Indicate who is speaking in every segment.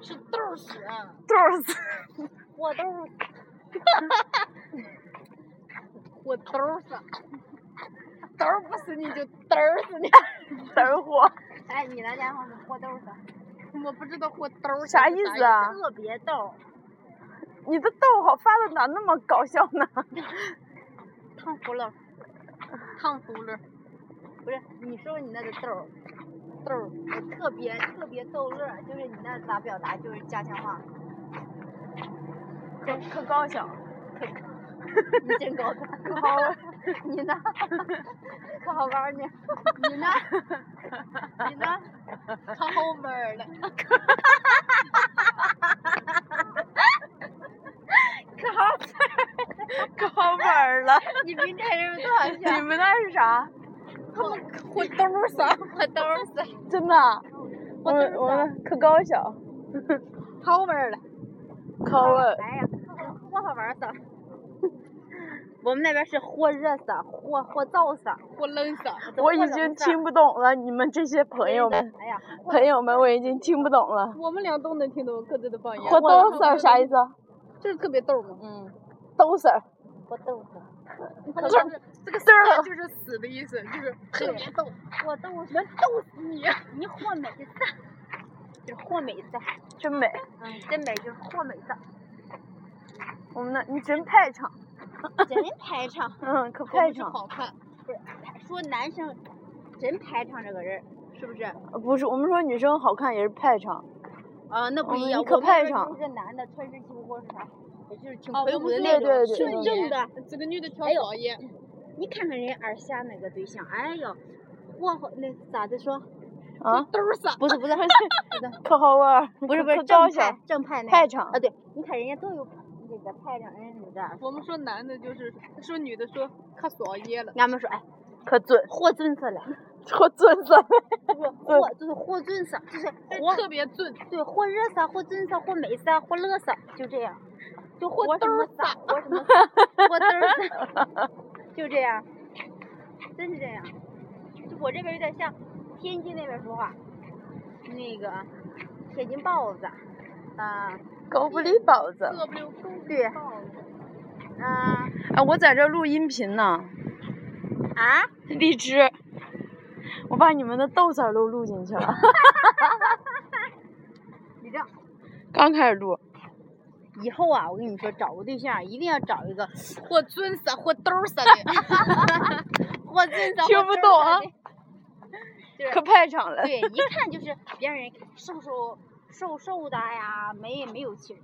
Speaker 1: 是豆儿屎啊，
Speaker 2: 豆儿死，
Speaker 1: 我都是，我兜儿死，兜儿不死你就嘚儿死你。
Speaker 2: 嘚货。
Speaker 1: 哎，你来家伙是货兜儿死，我不知道货兜儿
Speaker 2: 啥意思啊
Speaker 1: 特别逗，
Speaker 2: 你的逗号发的咋那么搞笑呢？
Speaker 1: 烫葫芦，烫葫芦，不是，你说你那个豆儿，豆儿，我特别特别逗乐儿，就是你那咋表达就是家乡话，
Speaker 2: 可可高兴。
Speaker 1: 你真高端，可好玩儿， 你呢？可好玩儿呢？你呢？你呢？ 可好玩儿了，可好玩儿，
Speaker 2: 可好玩儿了。
Speaker 1: 你明天是不是多好
Speaker 2: 你
Speaker 1: 笑？
Speaker 2: 们那是啥？
Speaker 1: 他们我 兜儿塞， 我兜儿塞，
Speaker 2: 真的啊？我
Speaker 1: 我
Speaker 2: 们
Speaker 1: 兜
Speaker 2: 我
Speaker 1: 儿
Speaker 2: 们可高兴。
Speaker 1: 塞，好玩儿了。
Speaker 2: 可我
Speaker 1: 哎呀，豁好玩死！ 我们那边是豁热死，豁豁燥死，豁冷死。
Speaker 2: 我已经听不懂了，你们这些朋友们，。
Speaker 1: 哎呀，
Speaker 2: 朋友们，我已经听不懂了。
Speaker 1: 我们俩都能听懂各自的方
Speaker 2: 活豆丝儿啥意思？
Speaker 1: 就是特别逗嘛。嗯，
Speaker 2: 豆丝儿。
Speaker 1: 我逗死。
Speaker 2: 就
Speaker 1: 就是是
Speaker 2: 这个丝 儿
Speaker 1: 就是死的意思，就是特别逗。我逗 死，能逗死你！你豁美子，就是豁美子，
Speaker 2: 真美。
Speaker 1: 嗯，真美就是豁美 子，
Speaker 2: 我们那，你真派场。
Speaker 1: 真排场。
Speaker 2: 嗯，可
Speaker 1: 我
Speaker 2: 派
Speaker 1: 们是
Speaker 2: 场。
Speaker 1: 好看，不是说男生真排场这个人儿是不是？
Speaker 2: 呃不是，我们说女生好看也是派场。
Speaker 1: 啊，那
Speaker 2: 我
Speaker 1: 不
Speaker 2: 们
Speaker 1: 一样，
Speaker 2: 一哦可
Speaker 1: 我们
Speaker 2: 派
Speaker 1: 那边
Speaker 2: 场哦
Speaker 1: 就是男的穿身旗袍是啥，也就是挺
Speaker 3: 啊
Speaker 1: 魁
Speaker 3: 我
Speaker 1: 梧
Speaker 3: 们
Speaker 1: 的
Speaker 3: 是
Speaker 1: 那
Speaker 2: 对对对
Speaker 1: 种，纯正的。
Speaker 3: 这个女的挑
Speaker 1: 哎呦
Speaker 3: 高一，
Speaker 1: 你看看人家二瞎那个对象，哎呦，我好那咋的说？
Speaker 2: 啊？
Speaker 1: 都是傻。
Speaker 2: 不是不是， 可好玩儿。
Speaker 1: 不是不
Speaker 2: 可
Speaker 1: 是
Speaker 2: 高
Speaker 1: 正
Speaker 2: 兴。
Speaker 1: 派正派那
Speaker 2: 派
Speaker 1: 个
Speaker 2: 场
Speaker 1: 啊，对，你看人家都有这个派场，人家女的。
Speaker 3: 我们说男的就是说女的说可骚一了，
Speaker 1: 俺们说，哎，
Speaker 2: 可准，
Speaker 1: 货尊死 了，
Speaker 2: 可准死。
Speaker 1: 不是货就是货尊死，就是
Speaker 3: 但
Speaker 1: 货
Speaker 3: 特别俊，
Speaker 1: 对，或热色，或尊色，或美色，或乐色，就这样，就或
Speaker 3: 或
Speaker 1: 嘚
Speaker 3: 什
Speaker 1: 儿
Speaker 3: 么
Speaker 1: 色，或 什么色，或嘚儿色，就这样，真是这样。就我这边有点像天津那边说话，那个天津豹子，啊、
Speaker 2: 狗不理包子。
Speaker 3: 特别高
Speaker 1: 对
Speaker 3: 高
Speaker 1: 啊、
Speaker 2: 啊，我在这儿录音频呢，
Speaker 1: 啊，
Speaker 2: 荔枝。我把你们的豆丝儿都录进去了，
Speaker 1: 你这样
Speaker 2: 刚开始录。
Speaker 1: 以后啊，我跟你说，找个对象一定要找一个
Speaker 3: 或俊色或兜儿色的，
Speaker 1: 或尊色，或
Speaker 2: 听不
Speaker 1: 嘚儿
Speaker 2: 懂
Speaker 1: 色
Speaker 2: 啊
Speaker 1: 的就是
Speaker 2: 可派场了。
Speaker 1: 对，一看就是别让人瘦瘦瘦瘦的呀，没没有气儿，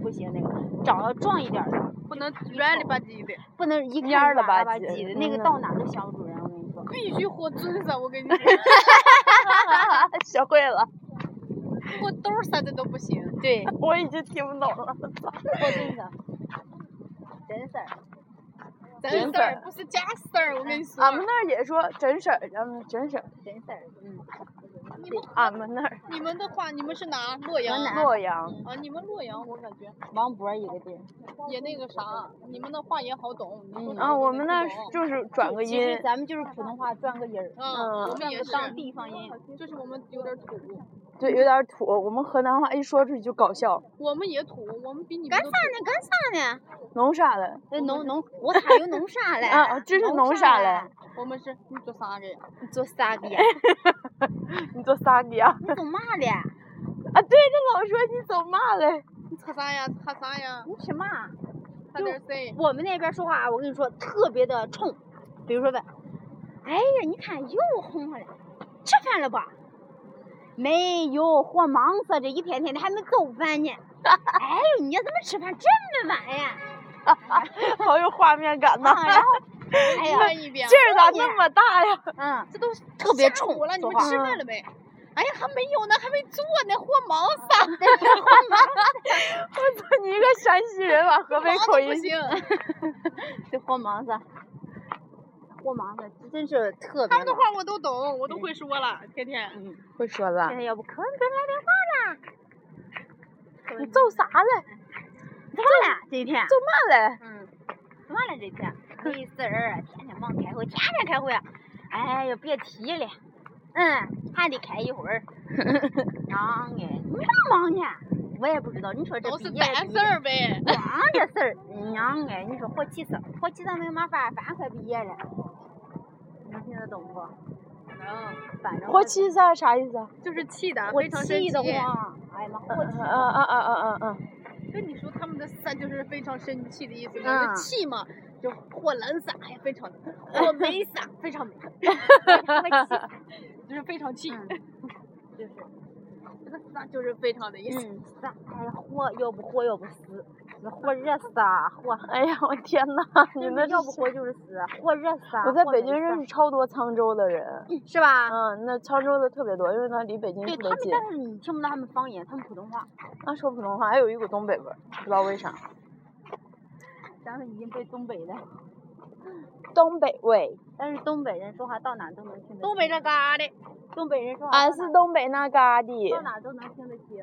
Speaker 1: 不行那个，找个壮一点儿的，
Speaker 3: 不能软了吧唧的，
Speaker 1: 不能一看
Speaker 2: 蔫儿了
Speaker 1: 软
Speaker 2: 吧
Speaker 1: 了吧
Speaker 2: 唧
Speaker 1: 唧的，
Speaker 2: 嗯
Speaker 1: 那个
Speaker 2: 呐
Speaker 1: 到哪都想不主人，我跟你说。
Speaker 3: 必须或俊色，我跟你说，
Speaker 2: 学会了，
Speaker 3: 或兜儿色的都不行。
Speaker 1: 对，
Speaker 2: 我已经听不懂了。
Speaker 1: 我哦真的，真事儿。
Speaker 3: 咱
Speaker 2: 真
Speaker 3: 事
Speaker 2: 事儿啊
Speaker 3: 儿不是假事儿，我跟你说，
Speaker 2: 俺们那儿也说真事儿，咱们真事儿。
Speaker 1: 真事儿，嗯，
Speaker 3: 你们
Speaker 2: 俺们那儿
Speaker 3: 你们的话，你们是哪？洛阳
Speaker 1: 河南
Speaker 2: 洛阳，
Speaker 3: 啊，你们洛阳我感觉
Speaker 1: 王博一个地儿。
Speaker 3: 也那个啥，你们的话也好懂，你说
Speaker 1: 嗯
Speaker 3: 什
Speaker 2: 啊，
Speaker 3: 么
Speaker 2: 我
Speaker 3: 都
Speaker 2: 们那
Speaker 3: 能
Speaker 2: 儿
Speaker 3: 听懂
Speaker 2: 就是转
Speaker 1: 就
Speaker 2: 个
Speaker 1: 其
Speaker 2: 音
Speaker 1: 实，咱们就是普通话转个音儿，
Speaker 3: 嗯，我们
Speaker 1: 转
Speaker 3: 也
Speaker 1: 个
Speaker 3: 是，
Speaker 1: 当地方音。
Speaker 3: 就是我们有点土，
Speaker 2: 对，有点儿土。我们河南话一说出去就搞笑，
Speaker 3: 我们也土，我们比你们
Speaker 1: 干
Speaker 3: 都土。
Speaker 1: 那干啥 呢？
Speaker 2: 弄啥嘞？
Speaker 1: 那呃农农，我咋又哎农啥嘞？
Speaker 2: 啊这是农啥嘞？
Speaker 3: 我们是你做啥个呀？
Speaker 1: 你 做啥的呀？
Speaker 2: 你做啥的呀？
Speaker 1: 你做嘛嘞？
Speaker 2: 啊，对，他老说你走嘛嘞？
Speaker 3: 你吃啥呀？喝啥呀？
Speaker 1: 你吃嘛？
Speaker 3: 喝点水。
Speaker 1: 我们那边说话，我跟你说特别的冲，比如说问，哎呀，你看又红了，吃饭了吧？没有，我忙死这一天天的还没做午饭呢。 哎呦，你怎么吃饭这么晚呀？
Speaker 2: 好有画面感呐！
Speaker 1: 啊，然后， 哎 呀，
Speaker 3: 看一遍。
Speaker 2: 劲儿咋那么大呀？
Speaker 1: 嗯，
Speaker 3: 这都
Speaker 1: 特别
Speaker 3: 下午
Speaker 1: 冲
Speaker 3: 了，你
Speaker 1: 说
Speaker 3: 们
Speaker 1: 话
Speaker 3: 吃饭了没？哎呀，还没有呢，还没做呢，货忙死了，
Speaker 2: 你一个山西人把河北
Speaker 3: 忙
Speaker 2: 口
Speaker 3: 得
Speaker 2: 音
Speaker 3: 不， 行。
Speaker 1: 这货忙死，货忙死，真是特别
Speaker 3: 哎他们的
Speaker 1: 忙。
Speaker 3: 话我都懂，我都会说了，天天。
Speaker 1: 嗯，
Speaker 2: 会说了
Speaker 1: 现。在要不可能给来电话
Speaker 2: 你揍啥嘞？
Speaker 1: 怎么了？这一天，
Speaker 2: 揍嘛嘞？
Speaker 1: 嗯，怎么了这天？没事儿啊，天天忙开会，天天开会啊。哎呀，别提了，嗯，还得开一会儿。忙哎，怎么这么忙呢？我也不知道。你说这
Speaker 3: 都
Speaker 1: 毕
Speaker 3: 是
Speaker 1: 业了
Speaker 3: 办
Speaker 1: 毕
Speaker 3: 事
Speaker 1: 业了
Speaker 3: 儿呗。
Speaker 1: 光这事儿，娘哎，你说活气死了，活气咱没有嘛法儿，反正快毕业了，你听得懂不？
Speaker 3: 能，
Speaker 1: 反正
Speaker 2: 活
Speaker 1: 我
Speaker 2: 气啥啥意思啊？
Speaker 3: 就是气的，
Speaker 1: 我
Speaker 3: 非常生
Speaker 1: 气
Speaker 3: 嗯气。
Speaker 1: 得慌，哎呀妈，活气
Speaker 2: 啊啊啊啊啊啊！
Speaker 3: 跟你说他们的散就是非常生气的意思，
Speaker 1: 嗯
Speaker 3: 就是气嘛，就火蓝散，哎呀，非常火梅散，非常美，就是非常气，
Speaker 1: 嗯
Speaker 3: 就是这个散就是非常的意思。
Speaker 1: 嗯，咱哎呀活要不活要不死，那活热死啊，活
Speaker 2: 哎呀，我天呐，你
Speaker 1: 就是
Speaker 2: 们
Speaker 1: 要
Speaker 2: 这
Speaker 1: 不
Speaker 2: 是
Speaker 1: 活就是死，活热死啊。
Speaker 2: 我在
Speaker 1: 活
Speaker 2: 北
Speaker 1: 没
Speaker 2: 京认
Speaker 1: 死
Speaker 2: 识超多沧州的人，
Speaker 1: 是吧？
Speaker 2: 嗯，那沧州的特别多，因为它离北京
Speaker 1: 对
Speaker 2: 特
Speaker 1: 他
Speaker 2: 别近。
Speaker 1: 们，但是你听不到他们方言，他们普通话。
Speaker 2: 啊，说普通话还有一股东北味儿，不知道为啥。
Speaker 1: 咱们已经被东北的，
Speaker 2: 东北味，
Speaker 1: 但是东北人说话到哪都能听得。
Speaker 3: 东北这嘎的，
Speaker 1: 东北人说话
Speaker 2: 俺
Speaker 1: 到
Speaker 2: 啊是
Speaker 1: 哪
Speaker 2: 东北那嘎的。
Speaker 1: 到哪都能听得清，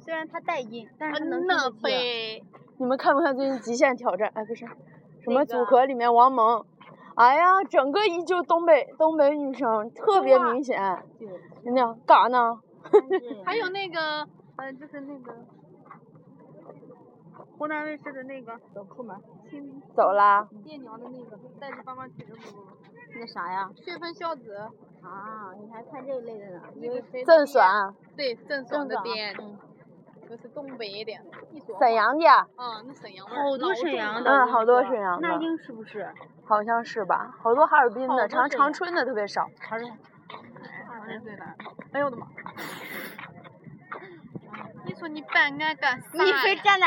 Speaker 1: 虽然他带音，但是他能
Speaker 3: 嗯
Speaker 1: 听
Speaker 3: 呐
Speaker 1: 得清。啊
Speaker 3: 呗，
Speaker 2: 你们看没看最近《极限挑战》？哎，不是，什么
Speaker 1: 那
Speaker 2: 组
Speaker 1: 个
Speaker 2: 合里面王蒙，哎呀，整个一就东北东北女生特别明显，
Speaker 1: 对，
Speaker 2: 真的嘎呢？
Speaker 1: 但是
Speaker 3: 还有那个，呃，就是那个湖南卫视的那个
Speaker 1: 走出门
Speaker 3: 青
Speaker 2: 走啦，
Speaker 3: 爹娘的那个，带着爸妈去的那个，
Speaker 1: 那啥呀？
Speaker 3: 血分孝子，
Speaker 1: 啊，你还看这一类的呢？
Speaker 3: 那个谁的
Speaker 2: 郑
Speaker 3: 爹，
Speaker 2: 嗯爽，
Speaker 3: 对，郑爽的
Speaker 1: 郑爽
Speaker 3: 爹，
Speaker 1: 嗯
Speaker 3: 就是东北的，一说
Speaker 2: 沈阳的，
Speaker 3: 啊，那沈阳味儿
Speaker 1: 嗯好多
Speaker 3: 老
Speaker 1: 沈
Speaker 3: 重
Speaker 1: 阳
Speaker 3: 了
Speaker 2: 嗯
Speaker 1: 的，我跟
Speaker 2: 好
Speaker 1: 你
Speaker 2: 多
Speaker 1: 说
Speaker 2: 沈阳
Speaker 1: 那
Speaker 2: 的
Speaker 1: 英是不是？
Speaker 2: 好像是吧？好多哈尔滨
Speaker 3: 好多
Speaker 2: 的，长
Speaker 3: 沈
Speaker 2: 长
Speaker 3: 阳
Speaker 2: 春的特别少。
Speaker 1: 好嘞，
Speaker 3: 二十岁了，哎呦我的妈！你说你办俺干啥？
Speaker 1: 你非站在，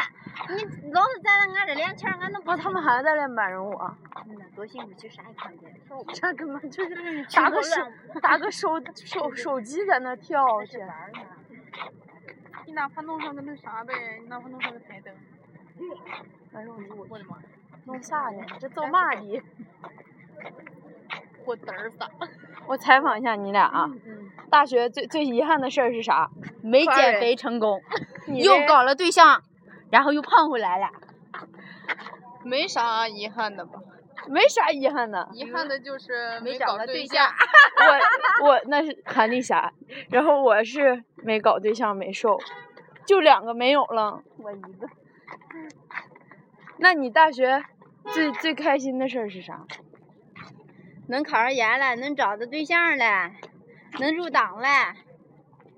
Speaker 1: 你老是站在俺这脸前儿，俺能
Speaker 2: 哦，他们还在练满人舞
Speaker 1: 哦
Speaker 2: 啊，
Speaker 1: 多幸福，其实啥也看不见。
Speaker 2: 这根本就是
Speaker 1: 去
Speaker 2: 打
Speaker 1: 都
Speaker 2: 个手
Speaker 1: 乱
Speaker 2: 打个手手手机在那跳去。
Speaker 3: 你哪怕弄上个那啥呗，你哪怕弄上个台灯。
Speaker 2: 哎呦我
Speaker 3: 我的妈！
Speaker 2: 弄啥呢？这走嘛的？
Speaker 3: 我嘚儿 撒！
Speaker 2: 我采访一下你俩
Speaker 3: 嗯
Speaker 2: 啊，大学最最遗憾的事儿是啥？
Speaker 1: 没
Speaker 2: 夸
Speaker 1: 减
Speaker 2: 人
Speaker 1: 肥成 功，
Speaker 2: 你
Speaker 1: 又
Speaker 2: 嘞
Speaker 1: 搞了对象，然后又胖回来了。
Speaker 3: 没啥遗憾的吧？。
Speaker 2: 没啥遗憾的
Speaker 3: 遗憾的就是
Speaker 1: 没找
Speaker 3: 搞
Speaker 1: 个对
Speaker 3: 对象。
Speaker 2: 我我那是韩丽霞，然后我是没搞对象没瘦，就两个没有了。
Speaker 1: 我一个
Speaker 2: 那你大学最最开心的事儿是啥？
Speaker 1: 能考上研了，能找着对象了，能入党了。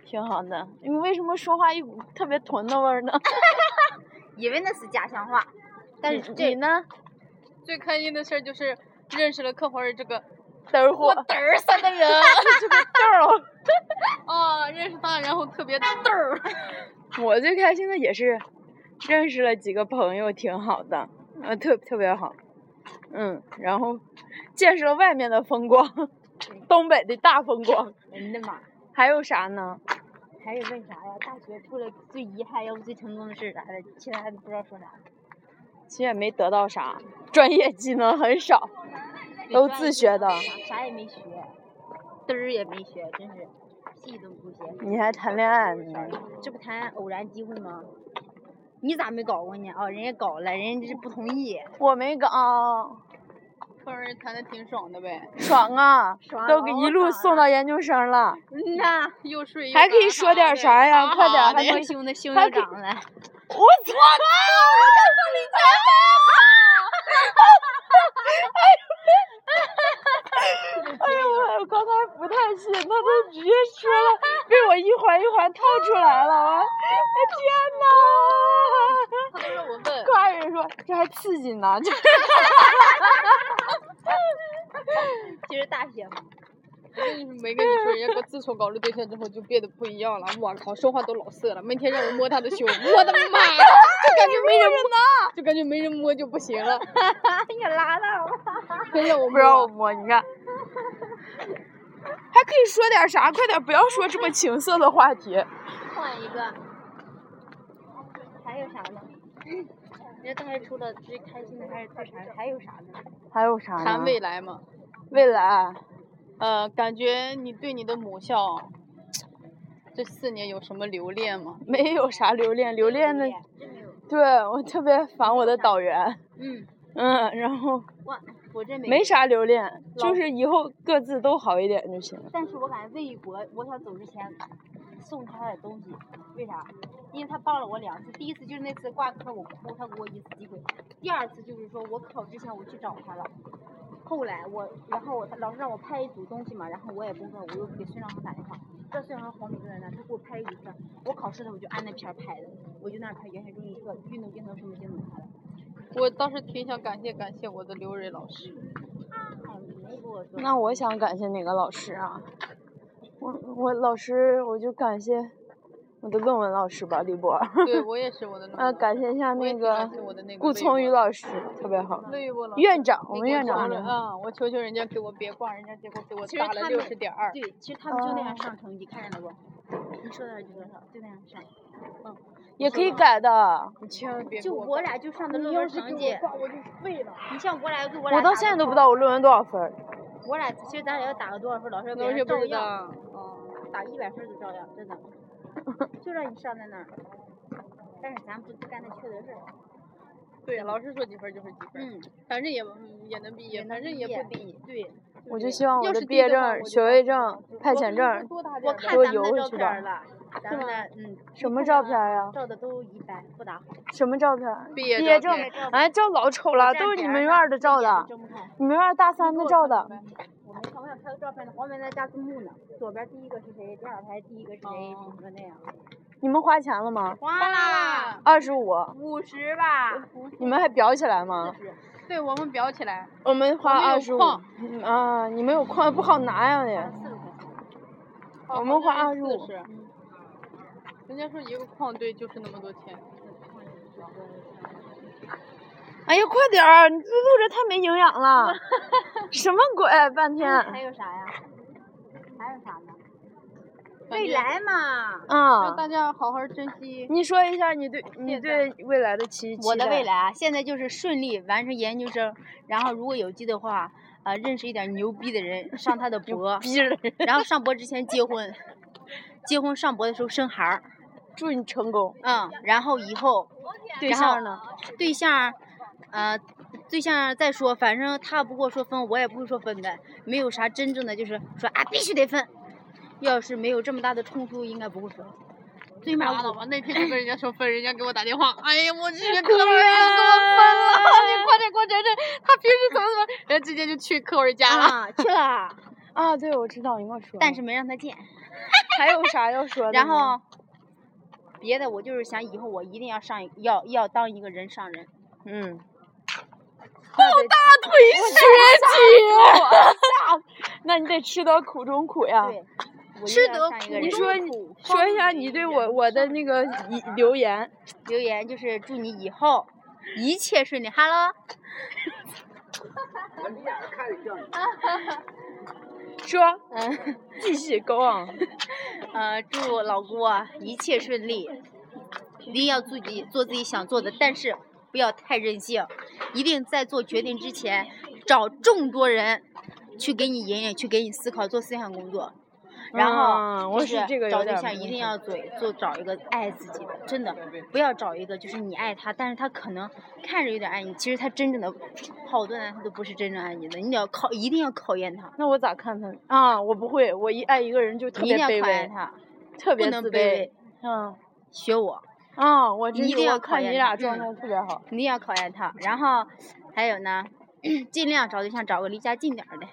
Speaker 2: 挺好的。你为什么说话一股特别屯的味儿呢？
Speaker 1: 以为那是家乡话，但
Speaker 2: 你
Speaker 1: 是
Speaker 2: 你
Speaker 1: 这
Speaker 2: 呢？
Speaker 3: 最开心的事儿就是认识了客户儿这个
Speaker 2: 嘚儿货
Speaker 3: 我，嘚儿撒的人
Speaker 2: 这个豆儿。
Speaker 3: 啊，认识他然后特别嘚儿。
Speaker 2: 我最开心的也是认识了几个朋友，挺好的，呃，特特别好，嗯，然后见识了外面的风光，东北的大风光，
Speaker 1: 我的哎妈！
Speaker 2: 还有啥呢？
Speaker 1: 还得问啥呀？大学除了最遗憾，要不最成功的事儿啥的，其他都不知道说啥。
Speaker 2: 其实也没得到啥，专业技能很少，都自学的。
Speaker 1: 啥啥也没学，嘚儿也没学，真是屁都不学。
Speaker 2: 你还谈恋爱呢？
Speaker 1: 这不谈偶然机会吗？你咋没搞过呢？哦，人家搞了，人家这不同意。
Speaker 2: 我没搞，
Speaker 3: 客人谈的挺爽的呗，
Speaker 2: 爽啊！
Speaker 1: 爽
Speaker 2: 都给一路
Speaker 1: 老爽啊
Speaker 2: 送到研究生了，
Speaker 1: 嗯呐，
Speaker 3: 又睡又
Speaker 2: 还可以
Speaker 3: 干
Speaker 2: 说
Speaker 3: 啥
Speaker 2: 点
Speaker 3: 的
Speaker 2: 啥呀？
Speaker 3: 哈啊
Speaker 2: 快点，
Speaker 3: 哈
Speaker 2: 还
Speaker 3: 的
Speaker 2: 能
Speaker 1: 都胸的胸
Speaker 2: 还
Speaker 1: 又
Speaker 2: 可以
Speaker 1: 长了。
Speaker 2: 我操！我哎呦，我刚才不太信，他都直接说了，被我一环一环套出来了，我天
Speaker 3: 他都让我问
Speaker 2: 哪！，夸人说这还刺激呢，这
Speaker 1: 其实大学嘛，
Speaker 3: 没跟你说，人家哥自从搞了对象之后就变得不一样了。我靠，说话都老色了，每天让我摸他的胸，我的妈呀，就感觉没人摸，就感觉没人摸就不行了，
Speaker 1: 你可拉倒吧。
Speaker 3: 非 让我
Speaker 2: 不让我
Speaker 3: 摸。
Speaker 2: 摸，你看。还可以说点啥？快点，不要说这么情色的话题。
Speaker 1: 换一个，还有啥呢？人嗯家大学除了最开心的还是最啥的，还有啥呢？
Speaker 2: 还有啥呢？
Speaker 3: 谈未来嘛，
Speaker 2: 未来，
Speaker 3: 呃，感觉你对你的母校这四年有什么留恋吗？
Speaker 2: 没有啥留恋，留恋的，
Speaker 1: 真没有。
Speaker 2: 对我特别烦我的导员。
Speaker 1: 嗯，
Speaker 2: 嗯，然后
Speaker 1: 我我真没。
Speaker 2: 没。啥留恋，
Speaker 1: 老
Speaker 2: 就是以后各自都好一点就行了。
Speaker 1: 但是我感觉魏一博，我想走之前，送他的东西，为啥？因为他帮了我两次，第一次就是那次挂科我哭，他给我一次机会；第二次就是说我考之前我去找他了，后来我，然后我老师让我拍一组东西嘛，然后我也不会，我又给孙尚和打电话，这孙尚和黄磊就在那，他给我拍一组片儿，我考试的时候就按那片儿拍的，我就那儿拍原始中医课，运动精神什么精神啥的。
Speaker 3: 我当时挺想感谢感谢我的刘蕊老师，
Speaker 1: 哎，你没给我说。
Speaker 2: 那我想感谢哪个老师啊？我我老师我就感谢我的论文老师吧，李 博。
Speaker 3: 对我也是我的
Speaker 2: 啊，感谢一下
Speaker 3: 我也
Speaker 2: 那
Speaker 3: 挺
Speaker 2: 个
Speaker 3: 感谢我的那个
Speaker 2: 顾
Speaker 3: 魏
Speaker 2: 聪宇
Speaker 3: 博
Speaker 2: 老师，特别好。
Speaker 3: 累我了。
Speaker 2: 院长，我
Speaker 3: 你
Speaker 2: 们
Speaker 3: 给
Speaker 2: 院
Speaker 3: 求
Speaker 2: 长
Speaker 3: 了啊！我求求人家给我别挂，人家结果给我
Speaker 1: 其实
Speaker 3: 打
Speaker 1: 他
Speaker 3: 了
Speaker 1: 们
Speaker 3: 六十点二。
Speaker 1: 对，其实他们就那样
Speaker 2: 哦
Speaker 1: 上成绩，看见了不？你说到这就多少，就那样上。
Speaker 2: 也可以
Speaker 1: 吧
Speaker 2: 改的。
Speaker 3: 你千万别给
Speaker 1: 就
Speaker 3: 我
Speaker 1: 我俩就上的
Speaker 3: 你
Speaker 1: 论
Speaker 3: 要
Speaker 1: 文
Speaker 3: 是
Speaker 1: 成
Speaker 3: 给
Speaker 1: 绩
Speaker 3: 我，挂，我就废了。
Speaker 1: 你像我俩给我俩，
Speaker 2: 我到现在都不知。道我论文多少分儿。
Speaker 1: 我俩其实咱俩要打个多少分，老师
Speaker 3: 老
Speaker 1: 给
Speaker 3: 师
Speaker 1: 咱
Speaker 3: 不知
Speaker 1: 照样
Speaker 3: 道，嗯，
Speaker 1: 打一百分就照样，真的，就让你上在那儿。但是咱不干那缺德事儿，
Speaker 3: 对，老师说几分就是几分，
Speaker 1: 嗯，
Speaker 3: 反正也嗯也能毕业，反正也不低。嗯
Speaker 1: 对，
Speaker 2: 我
Speaker 1: 这
Speaker 2: 就
Speaker 1: 样
Speaker 2: 希望我
Speaker 3: 要
Speaker 2: 的
Speaker 3: 是低
Speaker 2: 毕业
Speaker 3: 的话我
Speaker 2: 证、
Speaker 3: 就
Speaker 2: 学
Speaker 3: 挂
Speaker 2: 位
Speaker 3: 科
Speaker 2: 证、派遣证，
Speaker 3: 多打点
Speaker 1: 我
Speaker 3: 儿呗
Speaker 1: 看
Speaker 2: 多
Speaker 1: 咱们
Speaker 2: 邮
Speaker 1: 的
Speaker 2: 回
Speaker 1: 照
Speaker 2: 去
Speaker 1: 片
Speaker 2: 吧
Speaker 1: 儿了，咱们的嗯，
Speaker 2: 什
Speaker 1: 你
Speaker 2: 么
Speaker 1: 看
Speaker 2: 照
Speaker 1: 看
Speaker 2: 片啊呀
Speaker 1: 照的都一般，不咋好。
Speaker 2: 什么照片儿？
Speaker 3: 毕
Speaker 2: 毕
Speaker 3: 业
Speaker 2: 业
Speaker 3: 照
Speaker 2: 证
Speaker 3: 片。
Speaker 1: 照，
Speaker 2: 哎，照老丑了，
Speaker 1: 站
Speaker 2: 都是你
Speaker 1: 点儿
Speaker 2: 们院
Speaker 1: 上
Speaker 2: 儿的照的，
Speaker 1: 睁不开。
Speaker 2: 你们院儿大三的照的。
Speaker 1: 我没看，我想拍个照片呢。黄梅在加字幕呢，左边第一个是谁，第二排第一个是谁，
Speaker 3: 哦
Speaker 1: 什么那样。
Speaker 2: 你们花钱了吗？
Speaker 1: 花啦，
Speaker 2: 二十五，
Speaker 1: 五十吧，
Speaker 2: 你们还裱起来吗？
Speaker 1: 四十。
Speaker 3: 对我们裱起来，
Speaker 2: 我们花
Speaker 3: 我
Speaker 2: 二
Speaker 3: 们
Speaker 2: 十
Speaker 3: 有
Speaker 2: 五
Speaker 3: 矿。
Speaker 2: 嗯啊，你们有矿不好拿呀
Speaker 1: 啊
Speaker 2: 你。
Speaker 1: 四十块钱。
Speaker 2: 我们花
Speaker 3: 哦好像
Speaker 2: 25
Speaker 3: 是40。人家说一个矿队就是那么多钱，
Speaker 2: 哎呀，快点儿，你这录着太没营养 了，什么鬼？啊半
Speaker 1: 还
Speaker 2: 天。
Speaker 1: 有啥呀？还有啥呢？
Speaker 3: 感
Speaker 1: 未
Speaker 3: 觉
Speaker 1: 来嘛。
Speaker 3: 让
Speaker 2: 嗯，
Speaker 3: 大家好好珍惜。
Speaker 2: 你说一下你对你
Speaker 3: 现
Speaker 2: 对未来的期期
Speaker 1: 我的
Speaker 2: 待
Speaker 1: 未来啊，现在就是顺利完成研究生，然后如果有机的话，啊、认识一点牛逼的 人，上他的博，
Speaker 2: 逼着人，
Speaker 1: 然后上博之前结婚，结婚上博的时候生孩儿，
Speaker 2: 祝你成功。
Speaker 1: 嗯，然后以后
Speaker 2: 对
Speaker 1: 然
Speaker 2: 象
Speaker 1: 后
Speaker 2: 呢？
Speaker 1: 对象儿，呃，对象儿再说，反正他不跟我说分，我也不会说分的，没有啥真正的就是说啊必须得分，要是没有这么大的冲突，应该不会分。最起码
Speaker 3: 拉倒
Speaker 1: 我
Speaker 3: 吧，那天就跟人家说分，人家给我打电话，哎呀，我去，
Speaker 2: 可
Speaker 3: 哥们儿又跟我分了，
Speaker 1: 啊
Speaker 3: 你快点给我整整，他平时怎么怎么，人家直接就去客户儿家了。
Speaker 1: 啊去了，
Speaker 2: 啊，对，我知道，你跟我说。
Speaker 1: 但是没让他 见。
Speaker 2: 还有啥要说的
Speaker 1: 然
Speaker 2: 吗
Speaker 1: 后别的我就是想以后我一定要上一要要当一个人上人，
Speaker 2: 嗯，
Speaker 1: 好大
Speaker 2: 腿 学姐，那你得吃得苦中苦啊呀。
Speaker 1: 对，我一
Speaker 3: 啊吃
Speaker 1: 定要
Speaker 3: 得
Speaker 1: 上一
Speaker 3: 苦
Speaker 1: 个
Speaker 2: 你
Speaker 1: 人
Speaker 2: 说
Speaker 1: 上
Speaker 2: 你
Speaker 1: 人
Speaker 2: 说一下你对我 我的那个遗留言，
Speaker 1: 留言就是祝你以后一切顺利哈喽。
Speaker 2: 说
Speaker 1: 嗯。
Speaker 2: 继续 go on。
Speaker 1: 呃，祝老郭一切顺利，一定要自己做自己想做的，但是不要太任性，一定在做决定之前找众多人去给你引领，去给你思考，做思想工作。然
Speaker 2: 嗯
Speaker 1: 后
Speaker 2: 我
Speaker 1: 就是
Speaker 2: 这个有
Speaker 1: 找对
Speaker 2: 点
Speaker 1: 象
Speaker 2: 不
Speaker 1: 一定
Speaker 2: 太
Speaker 1: 要嘴做找一个爱自己的，真的不要找一个就是你爱他，但是他可能看着有点爱你，其实他真正的好多男他都不是真正爱你的，你得要考一定要考验他，
Speaker 2: 那我咋看 他？嗯啊，我不会，我一爱一个人就特
Speaker 1: 你一
Speaker 2: 别
Speaker 1: 定
Speaker 2: 卑
Speaker 1: 要考验
Speaker 2: 微，
Speaker 1: 他，
Speaker 2: 特
Speaker 1: 不
Speaker 2: 别
Speaker 1: 能
Speaker 2: 自
Speaker 1: 卑微，
Speaker 2: 嗯，
Speaker 1: 学我。
Speaker 2: 啊，我真
Speaker 1: 你一
Speaker 2: 是
Speaker 1: 定要
Speaker 2: 我看
Speaker 1: 考
Speaker 2: 你
Speaker 1: 验
Speaker 2: 俩
Speaker 1: 他
Speaker 2: 状态
Speaker 1: 嗯
Speaker 2: 特别好。
Speaker 1: 一定要考验他。然后还有呢，尽量找对象找个离家近点儿的，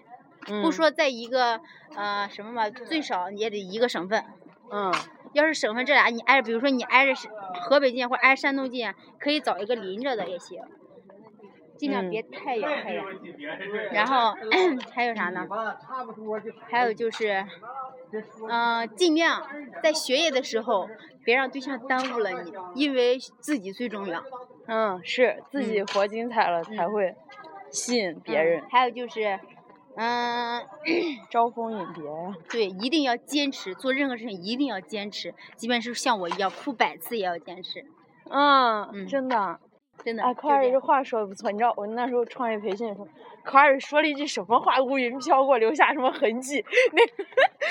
Speaker 2: 嗯
Speaker 1: 不，说在一个呃什么吧，最少也得一个省份。
Speaker 2: 嗯，
Speaker 1: 要是省份这俩你挨着，比如说你挨着是河北近或者挨山东近，啊可以找一个邻着的也行，尽量
Speaker 2: 嗯
Speaker 1: 别太远太远。然后 还有啥呢？还有就是，嗯、尽量在学业的时候别让对象耽误了你，因为自己最重要。
Speaker 2: 嗯，是自己活精彩了才
Speaker 1: 嗯
Speaker 2: 会吸引别
Speaker 1: 嗯
Speaker 2: 人，
Speaker 1: 还有就是，嗯，
Speaker 2: 招蜂引蝶啊呀。
Speaker 1: 对，一定要坚持，做任何事情一定要坚持，即便是像我一样哭百次也要坚持，
Speaker 2: 嗯，
Speaker 1: 嗯
Speaker 2: 真的。
Speaker 1: 真的。
Speaker 2: 哎，
Speaker 1: 就
Speaker 2: 可儿
Speaker 1: 这
Speaker 2: 这
Speaker 1: 样
Speaker 2: 话说的不错，你知道我那时候创业培训的时候，可儿说了一句什么话，乌云飘过，留下什么痕迹？那个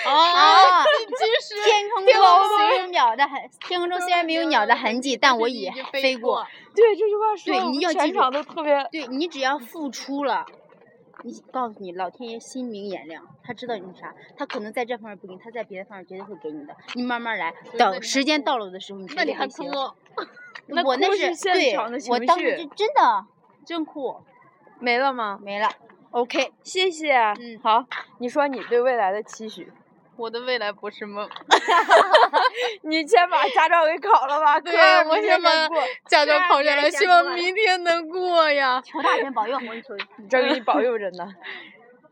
Speaker 3: 哦
Speaker 1: 啊，
Speaker 3: 其实
Speaker 1: 天空中虽有鸟的痕，天空中虽然没有鸟的痕迹，但我已飞过。
Speaker 2: 对这句话说
Speaker 1: 对
Speaker 2: 的，我
Speaker 1: 你
Speaker 2: 们
Speaker 1: 要记
Speaker 2: 全
Speaker 1: 住
Speaker 2: 场都特别
Speaker 1: 对你只要付出了，你告诉你，老天爷心明眼亮，他知道你是啥，他可能在这方面不给你，他在别的方面绝对会给你的。你慢慢来，
Speaker 3: 以那你
Speaker 1: 等
Speaker 3: 还
Speaker 1: 时间
Speaker 3: 哭
Speaker 1: 到了的时候，你绝
Speaker 3: 那你
Speaker 1: 对
Speaker 3: 还
Speaker 1: 会
Speaker 3: 哭
Speaker 1: 行？
Speaker 2: 那
Speaker 1: 我那
Speaker 2: 哭
Speaker 1: 是
Speaker 2: 是现
Speaker 1: 对
Speaker 2: 场的，
Speaker 1: 我
Speaker 2: 情
Speaker 1: 当时
Speaker 2: 绪
Speaker 1: 就真的真哭，
Speaker 2: 没了吗？
Speaker 1: 没了。OK，
Speaker 2: 谢谢。
Speaker 1: 嗯
Speaker 2: 好，你说你对未来的期 许。
Speaker 3: 我的未来不是梦。
Speaker 2: 你先把驾照给考了 吧。
Speaker 3: 对
Speaker 2: 科
Speaker 3: 呀
Speaker 2: 二，
Speaker 3: 我
Speaker 2: 明
Speaker 3: 先
Speaker 2: 天
Speaker 3: 把
Speaker 2: 能过
Speaker 3: 驾
Speaker 1: 虽
Speaker 3: 照
Speaker 1: 然
Speaker 3: 考下
Speaker 1: 别人
Speaker 3: 来，
Speaker 1: 先
Speaker 3: 希
Speaker 1: 过
Speaker 3: 望
Speaker 1: 来
Speaker 3: 明天能过呀。
Speaker 1: 求大神保佑，我求你。
Speaker 2: 真给你保佑着 呢。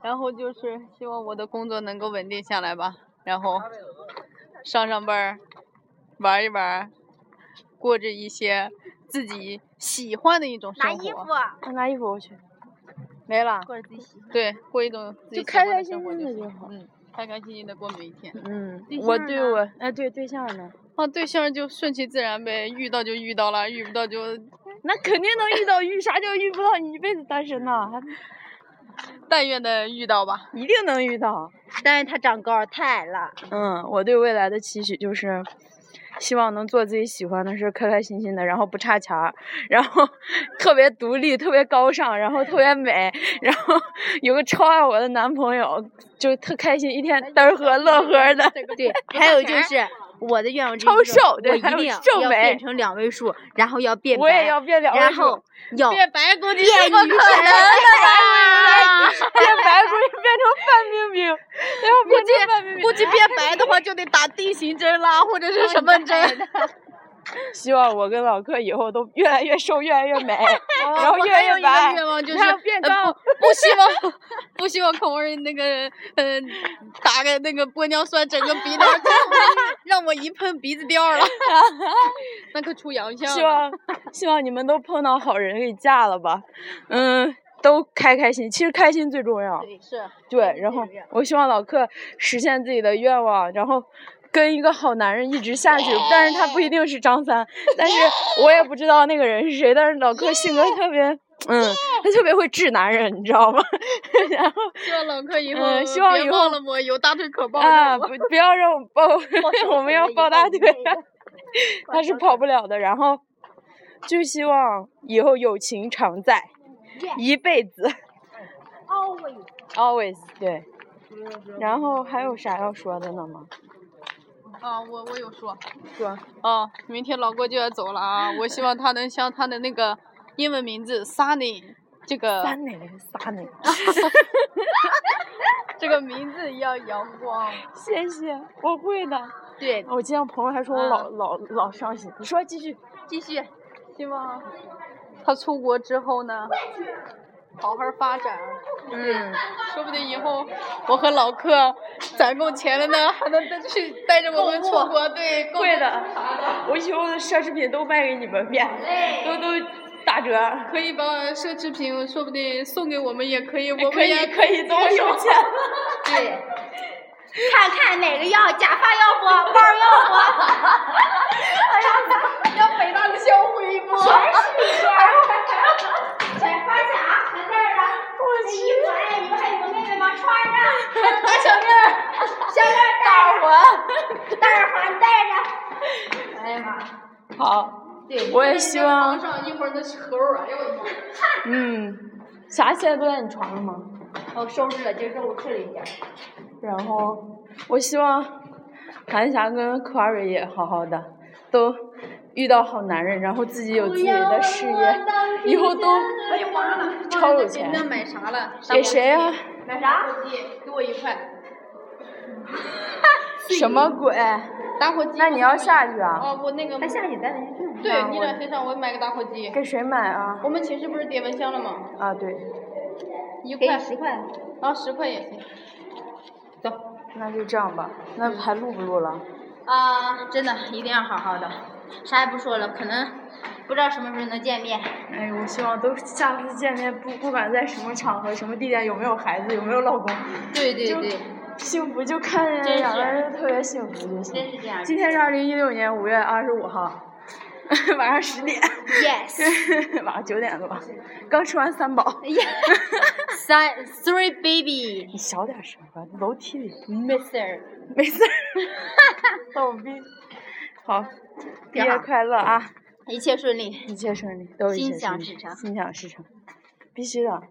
Speaker 3: 然后就是希望我的工作能够稳定下来吧，然后上上班儿，玩一玩儿，过着一些自己喜欢的一种
Speaker 1: 拿
Speaker 3: 生
Speaker 1: 衣服
Speaker 3: 活。，
Speaker 2: 我拿衣服，我去。没了。
Speaker 1: 或者自己喜欢。
Speaker 3: 对，过一种自己
Speaker 2: 就
Speaker 3: 喜
Speaker 2: 开
Speaker 3: 欢
Speaker 2: 开
Speaker 3: 的
Speaker 2: 心
Speaker 3: 生活
Speaker 2: 心的
Speaker 3: 就
Speaker 2: 就
Speaker 3: 行
Speaker 2: 好。
Speaker 3: 嗯，开开心心的过每一天。
Speaker 2: 嗯
Speaker 1: 对，
Speaker 2: 我
Speaker 1: 象
Speaker 2: 对
Speaker 1: 呢
Speaker 2: 我哎对对象呢？
Speaker 3: 啊，对象就顺其自然呗，遇到就遇到了，遇不到就……
Speaker 2: 那肯定能遇到，遇啥叫遇不到？你一辈子单身呢，还
Speaker 3: 但愿的遇到吧。
Speaker 2: 一定能遇到。
Speaker 1: 但是他长高太矮了，
Speaker 2: 嗯，我对未来的期许就是，希望能做自己喜欢的事，开开心心的，然后不差钱儿，然后特别独立，特别高尚，然后特别美，然后有个超爱我的男朋友，就特开心，一天嘚儿呵乐呵的。
Speaker 1: 对，还有就是我的愿望之一
Speaker 2: 超
Speaker 1: 就是
Speaker 2: 瘦对
Speaker 1: 我一
Speaker 2: 还有
Speaker 1: 定要
Speaker 2: 瘦美
Speaker 1: 变成两位数，然后要变白，
Speaker 2: 我也要变两位
Speaker 1: 然
Speaker 2: 数
Speaker 1: 后要
Speaker 3: 变白估计
Speaker 1: 变
Speaker 3: 是不可
Speaker 1: 女神
Speaker 3: 啊
Speaker 1: 啦
Speaker 2: 变白龟变成范冰冰，然后变成范冰冰。
Speaker 3: 估计变白的话就得打地形针啦，或者是什么针。
Speaker 2: 希望我跟老柯以后都越来越瘦，越来越美，然后
Speaker 3: 哦我
Speaker 2: 越
Speaker 3: 还
Speaker 2: 来
Speaker 3: 有
Speaker 2: 越
Speaker 3: 一个
Speaker 2: 白，
Speaker 3: 愿望就
Speaker 2: 哦还
Speaker 3: 是
Speaker 2: 要变
Speaker 3: 呃
Speaker 2: 高
Speaker 3: 不。不希望 不希望孔儿那个呃打个那个玻尿酸，整个鼻梁 让我一喷鼻子掉 了，那可出洋相
Speaker 2: 希
Speaker 3: 了。
Speaker 2: 望希望你们都碰到好人给嫁了吧，嗯，都开开心，其实开心最重要。
Speaker 1: 对，是
Speaker 2: 对，然后我希望老克实现自己的愿望，然后跟一个好男人一直下去，但是他不一定是张三，但是我也不知道那个人是谁，但是老克性格特别，嗯，他特别会治男人，你知道吗？然后
Speaker 3: 希望老柯以后
Speaker 2: 嗯希望
Speaker 3: 别
Speaker 2: 以
Speaker 3: 忘
Speaker 2: 后
Speaker 3: 了我，有大腿可抱
Speaker 2: 啊，
Speaker 3: 着
Speaker 2: 不
Speaker 3: 我。
Speaker 2: 不要让我 抱，
Speaker 1: 手
Speaker 2: 我们要
Speaker 1: 以
Speaker 2: 抱
Speaker 1: 后
Speaker 2: 大
Speaker 1: 你
Speaker 2: 腿
Speaker 1: 那个，
Speaker 2: 他是跑不了的。然后就希望以后友情常在，一辈子
Speaker 1: always
Speaker 2: ，always 嗯对。然后还有啥要说的呢吗？
Speaker 3: 啊，我我有说
Speaker 2: 说
Speaker 3: 啊，明天老郭就要走了啊，我希望他能像他的那个英文名字 Sunny 这个
Speaker 2: 三哪个仨哪个？
Speaker 3: 这个名字一样阳光。
Speaker 2: 谢谢，我会的。
Speaker 1: 对，
Speaker 2: 我今天朋友还说我老、老老伤心。你说继续。
Speaker 1: 继续。
Speaker 3: 希望他出国之后呢，好好发展，
Speaker 2: 嗯，
Speaker 3: 说不定以后我和老克攒够钱了呢，还能再去带着我们出国，对，购
Speaker 2: 会
Speaker 3: 物
Speaker 2: 的。 我以后的奢侈品都卖给你们，免都都打折。
Speaker 3: 可以把奢侈品说不定送给我们也可以，我
Speaker 2: 可
Speaker 3: 们
Speaker 2: 以
Speaker 3: 也
Speaker 2: 可以，都有钱了。
Speaker 1: 对，看看哪个要，假发要不，包要不，哎
Speaker 3: 让北大的校徽一波。
Speaker 1: 卷发夹全在这儿了。我去，衣服哎，你们还有妹妹吗？穿上。
Speaker 3: 大小面儿，
Speaker 1: 项链戴环，戴环戴着。哎呀妈！
Speaker 2: 好，
Speaker 1: 对，
Speaker 2: 我也希望，
Speaker 3: 上一会儿那猴儿啊，哎呦我的妈！
Speaker 2: 嗯，啥现在都在你床上吗？
Speaker 1: 我
Speaker 2: 哦
Speaker 1: 收拾了，今儿中午吃了一下。
Speaker 2: 然后我希望韩霞跟 c o r y 也好好的，都遇到好男人，然后自己有自己的事业，以后都
Speaker 3: 啊
Speaker 2: 超有钱。
Speaker 3: 那买啥了？
Speaker 2: 给谁啊呀、
Speaker 1: 买啥？
Speaker 3: 给我一块。
Speaker 2: 什么鬼？
Speaker 3: 打火机。
Speaker 2: 那你要下去啊？
Speaker 3: 哦，我那个
Speaker 1: 他下去咱俩去啊看。
Speaker 3: 对，
Speaker 2: 嗯
Speaker 3: 你
Speaker 2: 我
Speaker 3: 俩先上，我买个打火机。
Speaker 2: 给谁买啊？
Speaker 3: 我们寝室不是点蚊香了吗？
Speaker 2: 啊，对，
Speaker 3: 一
Speaker 1: 给
Speaker 3: 块
Speaker 1: 你，十块。
Speaker 3: 然后十块也行。
Speaker 1: 走。
Speaker 2: 那就这样吧。那还录不录了？
Speaker 1: 啊，真的一定要好好的，啥也不说了，可能不知道什么时候能见面。
Speaker 2: 哎，我希望都下次见面不不管在什么场合、什么地点，有没有孩子，有没有老公，
Speaker 1: 对对
Speaker 2: 就
Speaker 1: 对，
Speaker 2: 幸福就看
Speaker 1: 真
Speaker 2: 人
Speaker 1: 是
Speaker 2: 两个人特别幸福就行
Speaker 1: 真。是这样。
Speaker 2: 今天是二零一六年五月二十五号，晚上十点，
Speaker 1: Yes
Speaker 2: 晚上九点了吧？刚吃完三宝。
Speaker 1: 三 three baby
Speaker 2: 你小点声吧，楼梯里
Speaker 1: mister
Speaker 2: 没事儿。 逗逼。好，毕
Speaker 1: 挺
Speaker 2: 业
Speaker 1: 好
Speaker 2: 快乐啊！
Speaker 1: 一切顺利。
Speaker 2: 一切顺利，都一
Speaker 1: 心
Speaker 2: 切
Speaker 1: 想
Speaker 2: 顺利
Speaker 1: 事成
Speaker 2: 心想事成，必须的。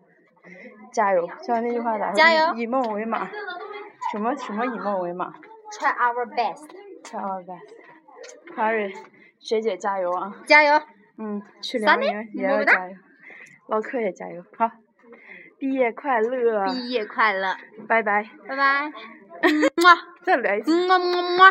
Speaker 2: 加油！像那句话咋说？
Speaker 1: 加油
Speaker 2: 以以梦为马，什么什么以梦为马
Speaker 1: try our best，
Speaker 2: ？Try our best。Harry，学姐加油啊！
Speaker 1: 加油！
Speaker 2: 嗯，去辽
Speaker 1: 咱
Speaker 2: 宁
Speaker 1: 呢你
Speaker 2: 也
Speaker 1: 么
Speaker 2: 要
Speaker 1: 么哒
Speaker 2: 加油，唠嗑也加油。好，毕业快乐，
Speaker 1: 毕业快乐，
Speaker 2: 拜拜。
Speaker 1: 拜拜，么
Speaker 2: 再来一次。
Speaker 1: 么么么。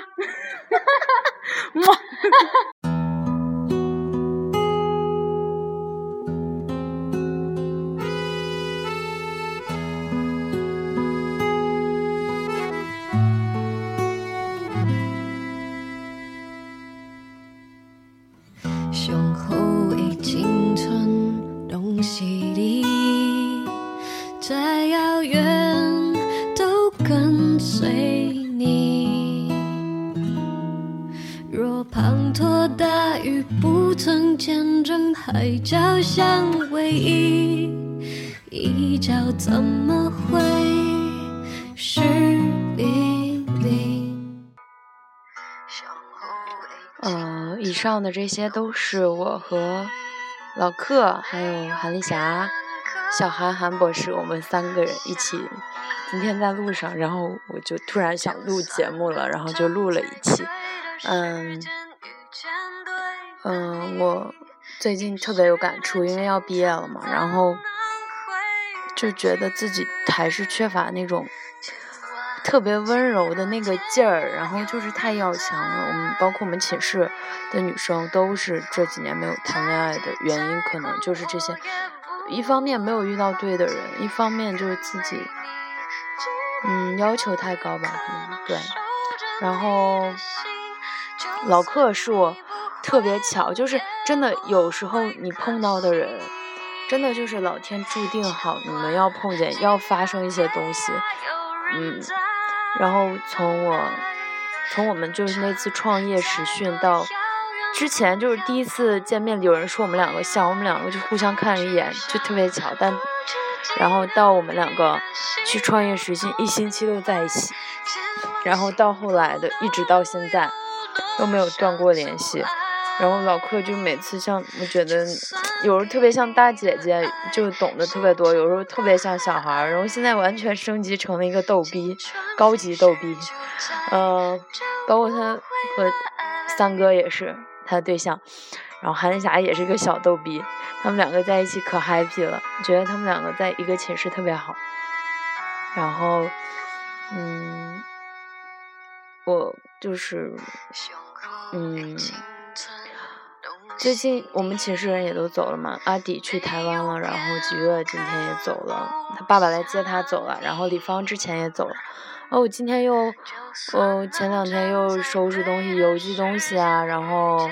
Speaker 4: 胸口已经存东西里，再遥远都跟随你。若滂沱大雨不曾见证海角相偎依，一角怎么会是淋漓？
Speaker 5: 呃，以上的这些都是我和老克，还有韩丽霞、啊小韩、韩博士，我们三个人一起，今天在路上，然后我就突然想录节目了，然后就录了一期。嗯，嗯、我最近特别有感触，因为要毕业了嘛，然后就觉得自己还是缺乏那种特别温柔的那个劲儿，然后就是太要强了。我们包括我们寝室的女生都是这几年没有谈恋爱的原因，可能就是这些。一方面没有遇到对的人，一方面就是自己，嗯，要求太高吧，可能对。然后老克是我特别巧，就是真的有时候你碰到的人，真的就是老天注定好你们要碰见，要发生一些东西。嗯，然后从我从我们就是那次创业实训到之前，就是第一次见面，有人说我们两个像，我们两个就互相看了一眼，就特别巧。但然后到我们两个去创业实训，一星期都在一起，然后到后来的一直到现在都没有断过联系。然后老克就每次像，我觉得有时候特别像大姐姐，就懂得特别多；有时候特别像小孩儿。然后现在完全升级成了一个逗逼，高级逗逼。呃，包括他和三哥也是他的对象，然后韩丽霞也是个小逗逼，他们两个在一起可 happy 了，觉得他们两个在一个寝室特别好。然后，嗯，我就是，嗯。最近我们寝室人也都走了嘛，阿迪去台湾了，然后吉月今天也走了，他爸爸来接他走了，然后李芳之前也走了，哦，我今天又，哦，前两天又收拾东西、邮寄东西啊，然后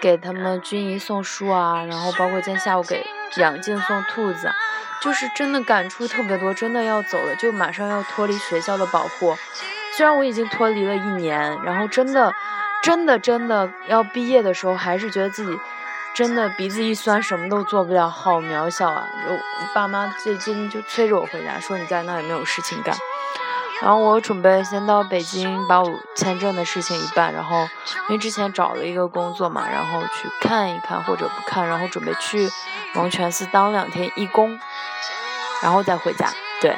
Speaker 5: 给他们军仪送书啊，然后包括今天下午给杨静送兔子啊，就是真的感触特别多，真的要走了，就马上要脱离学校的保护。虽然我已经脱离了一年，然后真的，真的，真的要毕业的时候，还是觉得自己真的鼻子一酸，什么都做不了，好渺小啊！就我爸妈最近就催着我回家，说你在那也没有事情干。然后我准备先到北京把我签证的事情一办，然后因为之前找了一个工作嘛，然后去看一看或者不看，然后准备去王泉寺当两天义工，然后再回家。对，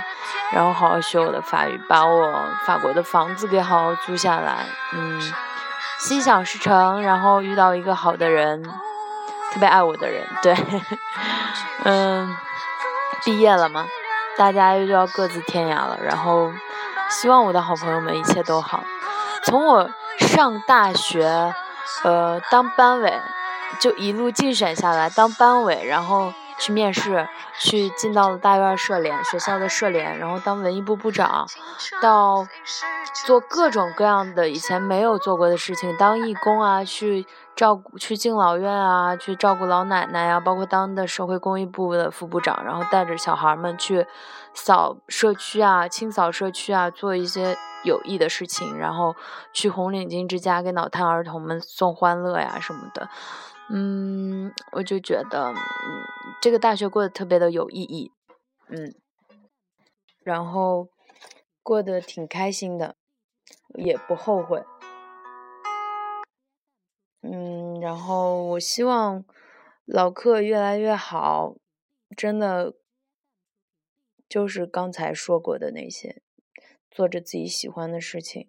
Speaker 5: 然后好好学我的法语，把我法国的房子给好好租下来。嗯，心想事成，然后遇到一个好的人，特别爱我的人。对， 嗯，毕业了嘛，大家又要各自天涯了。然后，希望我的好朋友们一切都好。从我上大学，呃，当班委，就一路竞选下来，当班委，然后去面试，去进到了大院社联学校的社联，然后当文艺部部长，到做各种各样的以前没有做过的事情，当义工啊，去照顾去敬老院啊，去照顾老奶奶呀、包括当的社会公益部的副部长，然后带着小孩儿们去扫社区啊，清扫社区啊，做一些有益的事情，然后去红领巾之家给脑瘫儿童们送欢乐呀什么的。嗯，我就觉得，嗯，这个大学过得特别的有意义，嗯，然后过得挺开心的，也不后悔。嗯，然后我希望老客越来越好，真的就是刚才说过的那些，做着自己喜欢的事情。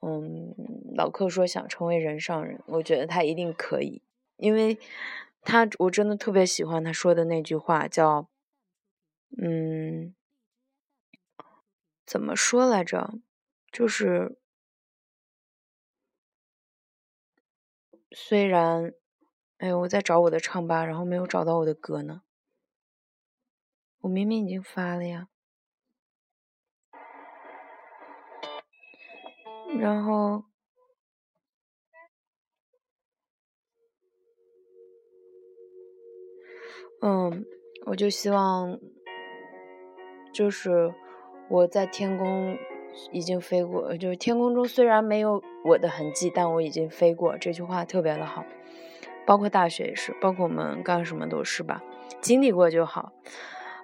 Speaker 5: 嗯，老克说想成为人上人，我觉得他一定可以，因为他我真的特别喜欢他说的那句话，叫嗯，怎么说来着？就是虽然，哎呦，我在找我的唱吧，然后没有找到我的歌呢。我明明已经发了呀。然后，嗯，我就希望，就是我在天空已经飞过，就是天空中虽然没有我的痕迹，但我已经飞过。这句话特别的好，包括大学也是，包括我们干什么都是吧，经历过就好。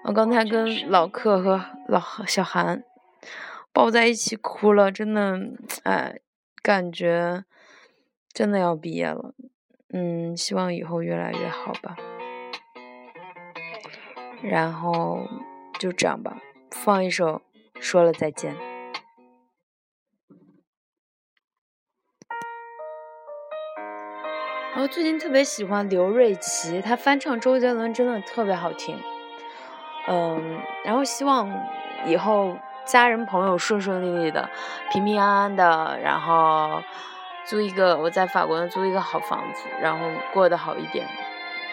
Speaker 5: 我刚才跟老克和老小韩抱在一起哭了，真的，哎，感觉真的要毕业了。嗯，希望以后越来越好吧。然后就这样吧，放一首《说了再见》。然后最近特别喜欢刘瑞琦，她翻唱周杰伦真的特别好听。嗯，然后希望以后家人朋友顺顺利利的，平平安安的，然后租一个我在法国租一个好房子，然后过得好一点，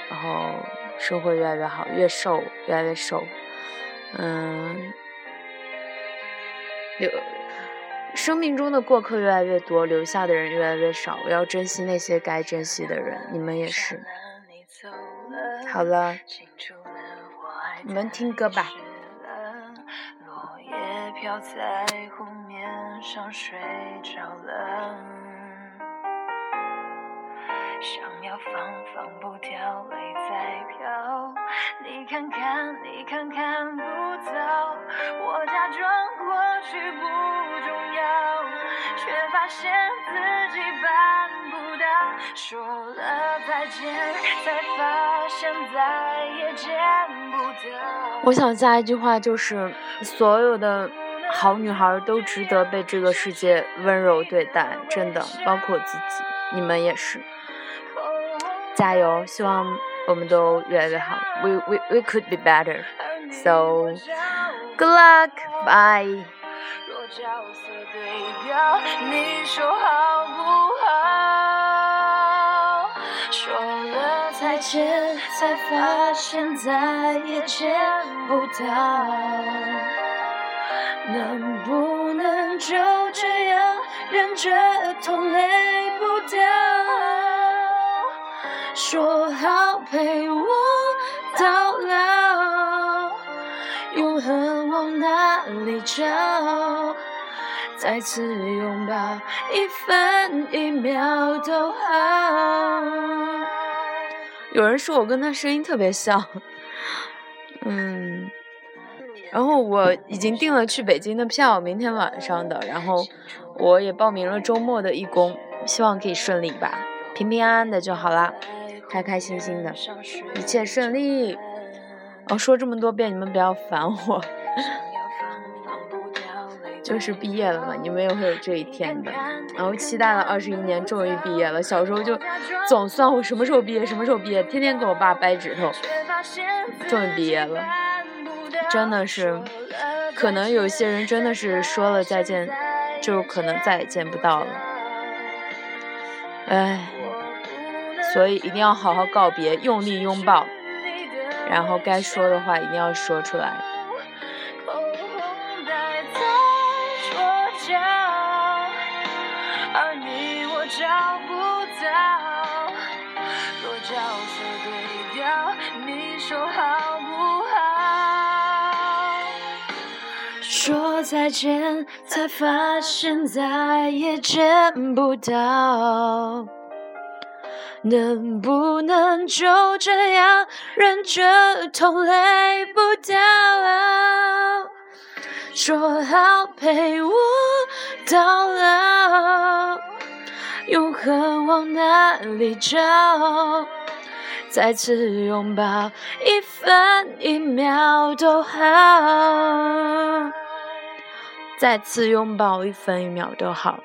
Speaker 5: 然后生活越来越好，越瘦越来越瘦，嗯，留生命中的过客越来越多，留下的人越来越少，我要珍惜那些该珍惜的人，你们也是。好了。你们听歌吧。
Speaker 6: 落叶飘在湖面上，睡着了。想要放放不掉，泪在飘。你看看，你看看不到，我假装过去不重要，却发现自己办不到。说了再见，才发现再也见不到。
Speaker 5: 我想下一句话就是：所有的好女孩都值得被这个世界温柔对待，真的，包括我自己，你们也是。加油！希望我们都越来越好。We we we could be better. So good luck. Bye.
Speaker 6: 若角色对调，你说好不好？说了再见，才发现再也见不到。能不能就这样忍着痛泪不掉？说好陪我到老，永恒往哪里找？再次拥抱，一分一秒都好。
Speaker 5: 有人说我跟他声音特别像，嗯，然后我已经订了去北京的票，明天晚上的，然后我也报名了周末的义工，希望可以顺利吧，平平安安的就好啦，开开心心的，一切顺利。哦我、说这么多遍，你们不要烦我， 就是毕业了嘛，你们也会有这一天的。然后期待了二十一年，终于毕业了。小时候就总算我什么时候毕业，什么时候毕业，天天给我爸掰指头。终于毕业了，真的是，可能有些人真的是说了再见，就可能再也见不到了。唉，所以一定要好好告别，用力拥抱，然后该说的话一定要说出来。
Speaker 6: 口红戴在桌角，而你我找不到。若角色对调，你说好不好？说再见，才发现再也见不到。能不能就这样忍着痛泪不掉？说好陪我到老，永恒往哪里找？再次拥抱，一分一秒都好，再次拥抱，一分一秒都好。